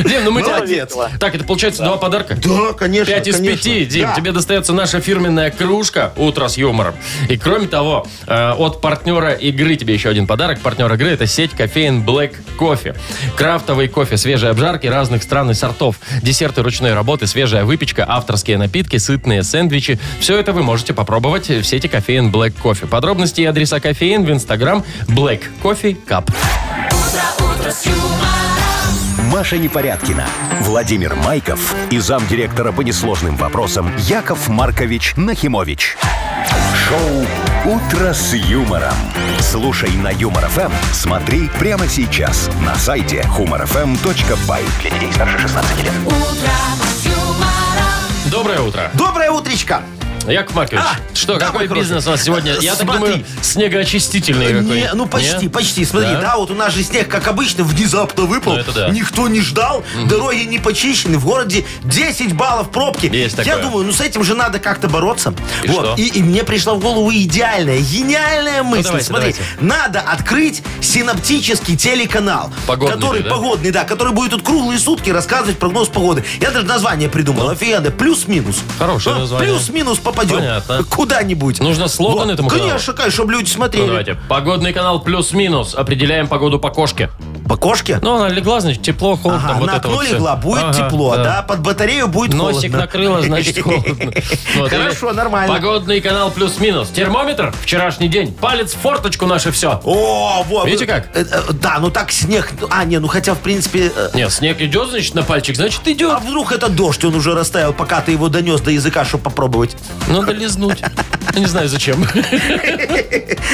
Дим, ну мы тебя- Молодец. Так, это получается два подарка. Да, конечно. 5 из конечно. 5, Дим, Да. тебе достается наша фирменная кружка «Утро с юмором». И кроме того, э, от партнера игры тебе еще один подарок. Партнер игры – это сеть кофеин Black Кофе. Крафтовый кофе, свежие обжарки разных стран и сортов, десерты ручной работы, свежая выпечка, авторские напитки, сытные сэндвичи. Все это вы можете попробовать в сети кофеин Black Кофе. Подробности и адреса кофеин в инстаграм Black Coffee Cup. Маша Непорядкина, Владимир Майков и замдиректора по несложным вопросам Яков Маркович Нахимович. Шоу «Утро с юмором». Слушай на Юмор ФМ, смотри прямо сейчас на сайте humorfm.by. Для детей старше 16 лет. Доброе утро. Доброе утречко. Яков Маркович, А, что, давай, какой короче. бизнес у нас сегодня? Я так Смотри. думаю, снегоочистительный Не, какой. ну почти, Не? почти. Смотри, Да? да? вот у нас же снег, как обычно, внезапно выпал. Ну, это да. Никто не ждал, дороги не почищены, в городе 10 баллов пробки. Есть Я такое. думаю, ну с этим же надо как-то бороться. И вот. что? Ну, И, и мне пришла в голову идеальная, гениальная мысль. давайте, Смотри, давайте. надо открыть синаптический телеканал, Погодный который же, да? погодный, да, который будет тут круглые сутки рассказывать прогноз погоды. Я даже название придумал, офигенно, плюс-минус. Ну. Хорошее А, название. Плюс-минус попадем. Понятно. Куда-нибудь. Нужно слоган этому каналу? Конечно, конечно, чтобы люди Ну, смотрели. давайте. Погодный канал плюс-минус. Определяем погоду по кошке. По кошке? Ну, она легла, значит, тепло, холодно. Ага, вот на это окно вот всё. легла, будет Ага, тепло, да. под батарею будет Носик холодно. накрыло, значит, холодно. Вот, Хорошо, или нормально. Погодный канал плюс-минус. Термометр, вчерашний день. Палец в форточку наше все. О, вот. Видите как? Э, э, Да, ну так снег... ну, А, не, ну хотя, в принципе... э, Нет, снег идет, значит, на пальчик, значит, А идет. вдруг это дождь, он уже растаял, пока ты его донес до языка, чтобы попробовать. Надо лизнуть. Я Не знаю, зачем.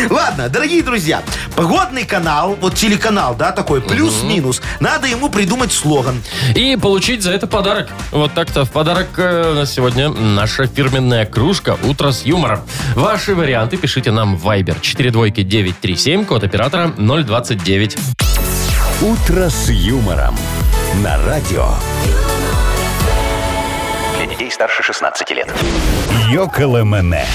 Ладно, дорогие друзья, погодный канал, вот телеканал, да, такой, плюс-минус, надо ему придумать слоган. И получить за это подарок. Вот так-то в подарок э, у нас сегодня наша фирменная кружка «Утро с юмором». Ваши варианты пишите нам в Viber 42937, код оператора 029. «Утро с юмором» на радио. Для детей старше 16 лет. Йоколэмэне.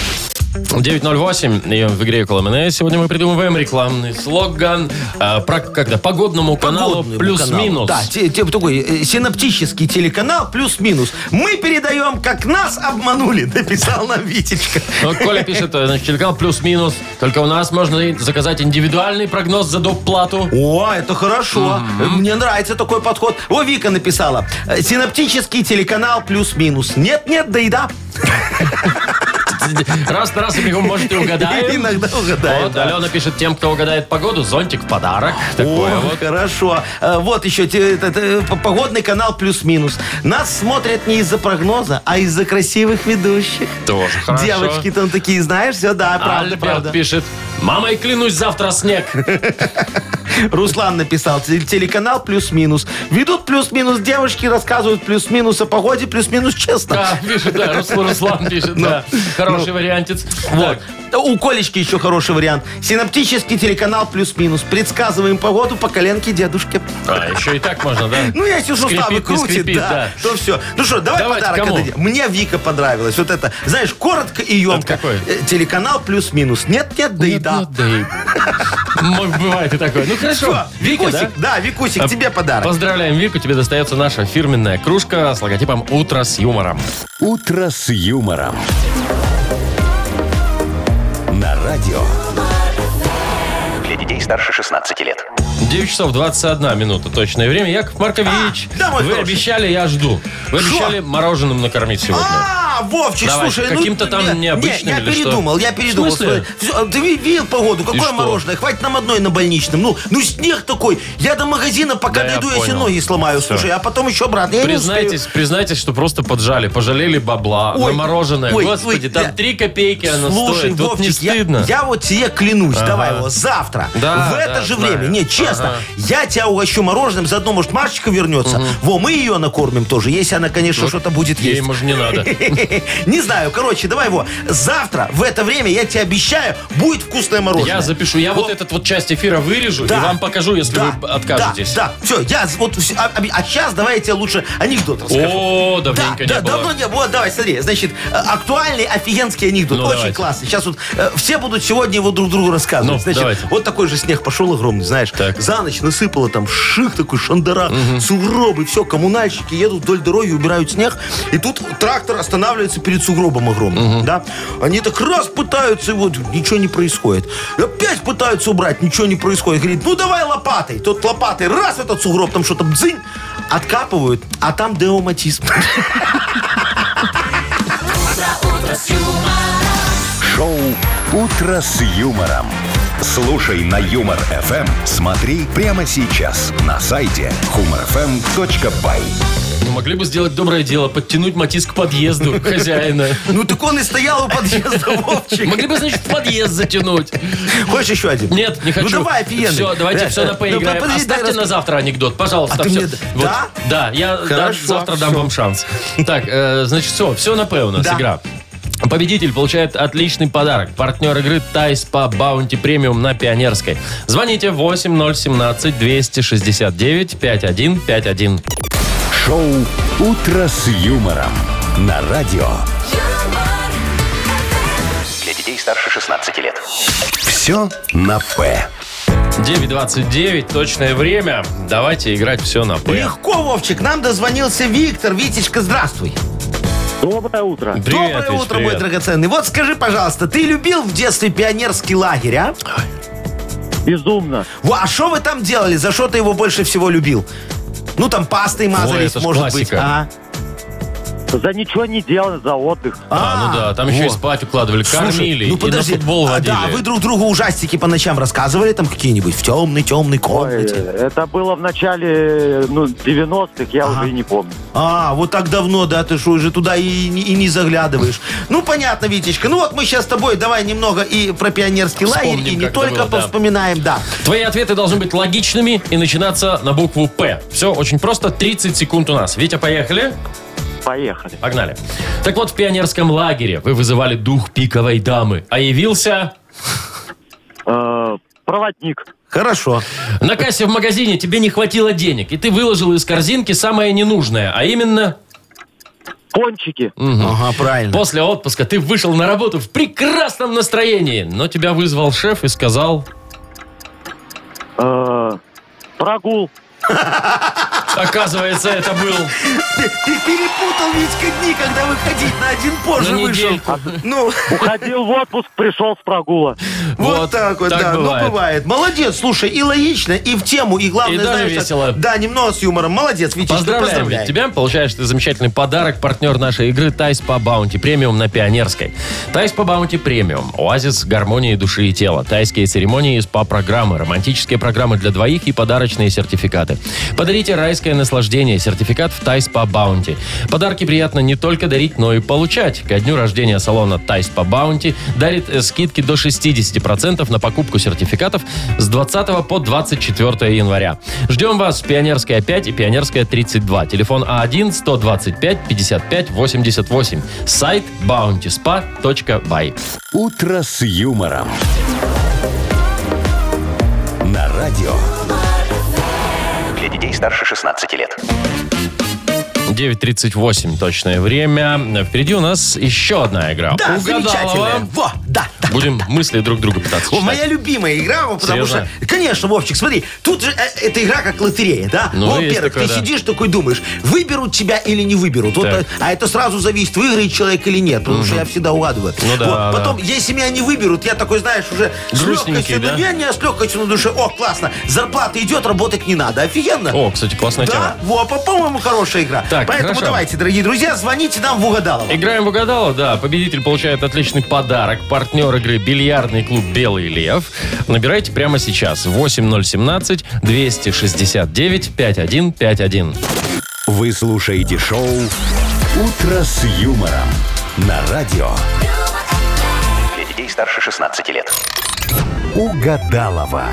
908 и в игре около меня. Сегодня мы придумываем рекламный слоган э, про когда погодному каналу Погодный канал. плюс-минус. Да, те- те- такой э, синаптический телеканал плюс-минус. Мы передаем, как нас обманули, написал нам Витечка. Вот Коля пишет, э, значит, телеканал плюс-минус. Только у нас можно и заказать индивидуальный прогноз за доп. плату. О, это хорошо. Мне нравится такой подход. О, Вика написала. э, Синаптический телеканал плюс-минус. Нет-нет, да и да. Раз на раз и бегом, может, и угадаем. Иногда угадаем, Вот, да. Алена пишет, тем, кто угадает погоду, зонтик в подарок. Такое О, вот. хорошо. Э, Вот еще те- этот, э, п- погодный канал плюс-минус. Нас смотрят не из-за прогноза, а из-за красивых ведущих. Тоже хорошо. Девочки там такие, знаешь, все, да, правда, Альберт правда. пишет, мамой клянусь, завтра снег. Руслан написал, те- телеканал плюс-минус. Ведут плюс-минус девушки, рассказывают плюс-минус о погоде, плюс-минус честно. Ну, Да, пишет, да, Рус- Руслан пишет, да. Хороший вариантец. Вот. Так, У Колечки еще хороший вариант. Синаптический телеканал плюс-минус. Предсказываем погоду по коленке дедушке. А, еще и так можно, да? Ну, если суставы Скрипит, не крутит, скрипит, да, да. то все. Ну что, давай Давайте, подарок кому? отдадим. Мне Вика понравилась. Вот это, знаешь, коротко и емко. Это какой? Э, Телеканал плюс-минус. Нет-нет, да и Нет, да. нет, да и- М, Бывает и такое. Ну хорошо. Всё, Вика, да? А Викусик, да, Викусик, тебе подарок. Поздравляем, Вику. Тебе достается наша фирменная кружка с логотипом «Утро с юмором». «Утро с юмором». На радио. Для детей старше 16 лет. 9 часов 21 минута точное время. Яков Маркович, А, да, мой вы хороший. обещали, я жду. Вы Шо? обещали мороженым накормить сегодня. А, Вовчик, Давай, слушай, ну, каким-то там не, необычным не, я или что? передумал, я передумал. В смысле? Смотри, всё, Ты ви- видел погоду, какое что? мороженое? Хватит нам одной на больничном. Ну, ну снег такой. Я до магазина пока Да, я дойду, я себе понял. ноги сломаю. Всё. Слушай, а потом еще обратно. Я не Признайтесь, признайтесь, что просто поджали, пожалели бабла Ой, на мороженое. ой, Господи, ой, там я- 3 копейки оно Слушай, стоит. Тут не Вовчик, я, стыдно. я вот тебе клянусь, давай его завтра, Да, в это да, же знаю. время, не, честно, Ага. я тебя угощу мороженым, заодно, может, Машечка вернется. Во, мы ее накормим тоже, если она, конечно, что-то будет Ей, есть. может, не надо. Не знаю, короче, давай его. Завтра в это время, я тебе обещаю, будет вкусное мороженое. Я запишу. Я вот Во. этот вот часть эфира вырежу Да. и вам покажу, если Да, вы откажетесь. Да, да. все, я вот... всё, А, сейчас давай я тебе лучше анекдот расскажу. О, Да, давненько не да, было. давно не было. Вот, давай, смотри. Значит, э, актуальный офигенский анекдот. Ну, Очень давайте. классный. Сейчас вот э, все будут сегодня его друг другу рассказывать. Ну, Значит, давайте. вот такой же снег пошел огромный, знаешь. Так. За ночь насыпало там шик такой, шандара, сугробы, все, коммунальщики едут вдоль дороги, убирают снег. И тут трактор останавливается перед сугробом огромным, да. Они так раз пытаются, и вот ничего не происходит. И опять пытаются убрать, ничего не происходит. Говорит, ну давай лопатой. Тот лопатой раз этот сугроб, там что-то бзынь, откапывают, а там деоматизм. Шоу «Утро с юмором». Слушай на Юмор ФМ. Смотри прямо сейчас на сайте humorfm.by. Ну, могли бы сделать доброе дело, подтянуть матис к подъезду хозяина. Ну так он и стоял у подъезда, Вовчик. Могли бы, значит, в подъезд затянуть. Хочешь еще один? Нет, не хочу. Ну давай, офигенный. Э, ну, Все, давайте все на поиграем. подожди, дай Оставьте на расскажу. завтра анекдот, пожалуйста. А ты всё. мне д- да? Да, я да, Хорошо, завтра дам всё. вам шанс. Так, э, значит, все, все на П у нас Да. игра. Победитель получает отличный подарок. Партнер игры Тайс по Баунти Премиум на Пионерской. Звоните 8017-269-5151. Шоу «Утро с юмором» на радио. юмор, Для детей старше 16 лет. Все на «П». 9.29, точное время. Давайте играть все на П. Легко, Вовчик, нам дозвонился Виктор. Витечка, здравствуй. Доброе утро. Привет, Доброе Вить, утро, привет. мой драгоценный. Вот скажи, пожалуйста, ты любил в детстве пионерский лагерь, а? Безумно. Во, А что вы там делали? За что ты его больше всего любил? Ну, там пастой мазались, это ж может классика. быть. А, За ничего не дело, за отдых. А, ну да, там еще и во. спать укладывали, Слушай, кормили ну и подожди, на футбол а, водили. да, вы друг другу ужастики по ночам рассказывали там какие-нибудь в темной, темной Ой, комнате? Э, это было в начале ну, 90-х, я уже и не помню. А, вот так давно, да, ты что, уже туда и, не- и не заглядываешь. Ну, понятно, Витечка. Ну, вот мы сейчас с тобой давай немного и про пионерский Вспомним, лагерь, и не как только было, да. повспоминаем, да. Твои ответы должны быть логичными и начинаться на букву «П». Все очень просто, 30 секунд у нас. Витя, поехали? Поехали. Погнали. Так вот, в пионерском лагере вы вызывали дух пиковой дамы, а явился... Э, проводник. Хорошо. На кассе в магазине тебе не хватило денег, и ты выложил из корзинки самое ненужное, а именно... Пончики. Ага, правильно. После отпуска ты вышел на работу в прекрасном настроении, но тебя вызвал шеф и сказал... Э, прогул. Оказывается, это был... Ты, ты перепутал, Витька, дни, когда выходить на один позже На вышел. недельку. Ну, Уходил в отпуск, пришел с прогула. вот, так вот, да. бывает. Ну, бывает. Молодец, слушай, и логично, и в тему, и главное, И даже знаешь, так- весело. Да, немного с юмором. Молодец, Витечка, Поздравляем поздравляем. тебя. Получаешь ты замечательный подарок. Партнер нашей игры Тайс по Баунти Премиум на Пионерской. Тайс по Баунти Премиум. Оазис гармонии души и тела. Тайские церемонии и спа-программы. Романтические программы для двоих и подарочные сертификаты. Подарите райское Тайское наслаждение. Сертификат в Тайс по Баунти. Подарки приятно не только дарить, но и получать. Ко дню рождения салона Тайс по Баунти дарит э, скидки до 60% на покупку сертификатов с 20 по 24 января. Ждем вас. Пионерская 5 и Пионерская 32. Телефон А А1-125-55-88. Сайт bountyspa.by. «Утро с юмором». На радио. Для детей старше 16 лет. 9.38 точное время. Впереди у нас еще одна игра. Да, Угадалова. замечательная. Во, да, да. Будем мысли друг друга пытаться О, читать. моя любимая игра, вот, потому Серьезно? что, конечно, Вовчик, смотри, тут же э, эта игра как лотерея, да? Ну, есть Во-первых, такое, да. ты сидишь такой думаешь, выберут тебя или не выберут. Вот, Так. э, а это сразу зависит, выиграет человек или нет, потому что я всегда угадываю. Ну да, Вот, да. потом, если меня не выберут, я такой, знаешь, уже с Грустненький, легкостью, да? на- не, не, с легкостью на душе, о, классно, зарплата идет, работать не надо, офигенно. О, кстати, классная да, тема. во, по- по-моему, хорошая игра. Так, Поэтому хорошо. давайте, дорогие друзья, звоните нам в угадалово. Играем в угадало, да. Победитель получает отличный подарок. Партнер игры «Бильярдный клуб «Белый лев». Набирайте прямо сейчас. 8017-269-5151. Вы слушаете шоу «Утро с юмором» на радио. Для детей старше 16 лет. Угадалова.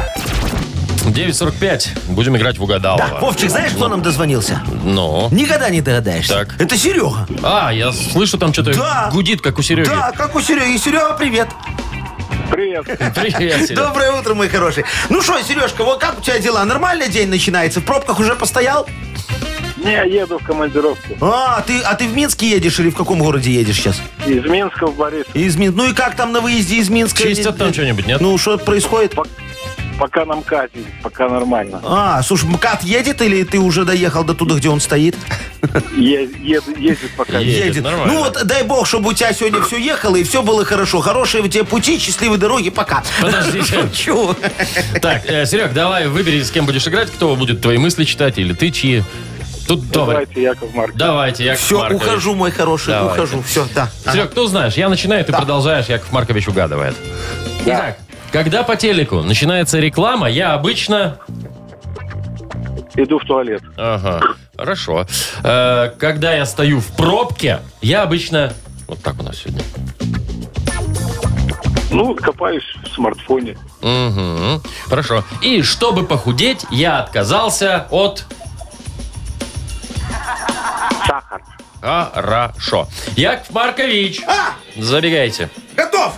9.45. Будем играть в угадало. Да, Вовчик, знаешь, кто нам дозвонился? Ну. Никогда не догадаешься. Так. Это Серега. А, я слышу, там что-то Да. гудит, как у Сереги. Да, как у Сереги. Серега, привет. Привет. Привет, Серег. Доброе утро, мой хороший. Ну что, Сережка, вот как у тебя дела? Нормально день начинается? В пробках уже постоял? Не, еду в командировку. А, ты, а ты в Минске едешь или в каком городе едешь сейчас? Из Минска в Борис. Из Мин... Ну и как там на выезде из Минска? Чистят там что-нибудь, нет? Ну, что происходит? Пока нам катит, пока нормально. А, слушай, МКАД едет или ты уже доехал до туда, где он стоит? Е- еду- Ездит пока. Е- Едет, нормально. Ну вот, дай бог, чтобы у тебя сегодня все ехало и все было хорошо. Хорошие тебе пути, счастливой дороги, пока. Подождите. Чего? Так, э, Серег, давай выбери, с кем будешь играть, кто будет твои мысли читать или ты чьи. Тут давай. Давайте, Яков Марк. Давайте, Яков Все, Маркович. ухожу, мой хороший, Давай. ухожу. Все, да. Серег, ну знаешь, я начинаю, ты продолжаешь, Яков Маркович угадывает. Итак, когда по телеку начинается реклама, я обычно... Иду в туалет. Ага, хорошо. Э, когда я стою в пробке, я обычно... Вот так у нас сегодня. Ну, копаюсь в смартфоне. Мгм, хорошо. И чтобы похудеть, я отказался от... Сахар. Хорошо. Яков Маркович, забегайте. Готов!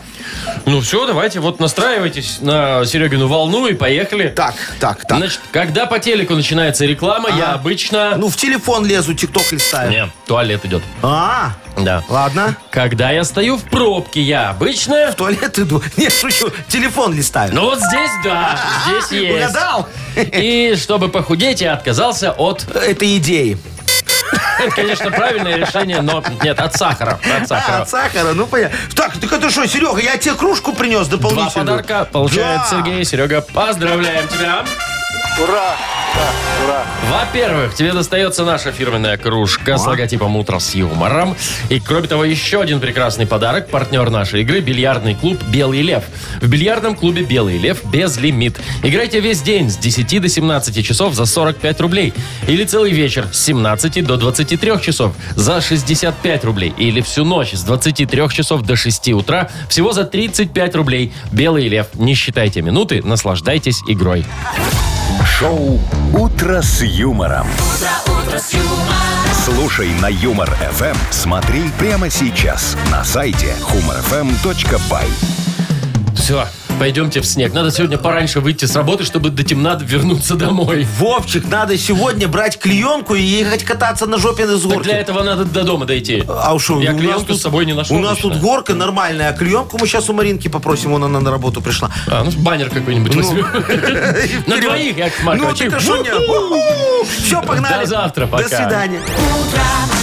Ну все, давайте, вот настраивайтесь на Серегину волну и поехали. Так, так, так. Значит, когда по телеку начинается реклама, я Ага. обычно... Ну, э. в телефон лезу, тикток листаю. Не, туалет идет. А, Да. ладно. Когда я стою в пробке, я обычно... В туалет иду. Не, шучу. Телефон листаю. Ну вот здесь, да, здесь есть. Угадал? И чтобы похудеть, я отказался от... Это идеи. Это, конечно, правильное решение, но нет, от сахара. От А, сахара. от сахара, ну понятно. Так, так это что, Серега, я тебе кружку принес Два дополнительную. подарка получает Да. Сергей. Серега, поздравляем тебя. Ура! Да, ура! Во-первых, тебе достается наша фирменная кружка с логотипом «Утро с юмором». И, кроме того, еще один прекрасный подарок. Партнер нашей игры – бильярдный клуб «Белый лев». В бильярдном клубе «Белый лев» без лимит. Играйте весь день с 10 до 17 часов за 45 рублей. Или целый вечер с 17 до 23 часов за 65 рублей. Или всю ночь с 23 часов до 6 утра всего за 35 рублей. «Белый лев». Не считайте минуты, наслаждайтесь игрой. Шоу «Утро с юмором». Слушай на Юмор ФМ. Смотри прямо сейчас на сайте Эм humorfm.by. Все, пойдемте в снег. Надо сегодня пораньше выйти с работы, чтобы до темна вернуться домой. Вовчик, надо сегодня брать клеенку и ехать кататься на жопе на Так горки. для этого надо до дома дойти. А уж у Я нас клеенку тут- с собой не нашел. У нас обычно. тут горка нормальная, а клеенку мы сейчас у Маринки попросим, вон она на работу пришла. А, ну баннер какой-нибудь возьмем. На Вперед. двоих, Яков Ну, Маркович. так а что Ву-ху! Все, погнали. До завтра, До пока. свидания. Утро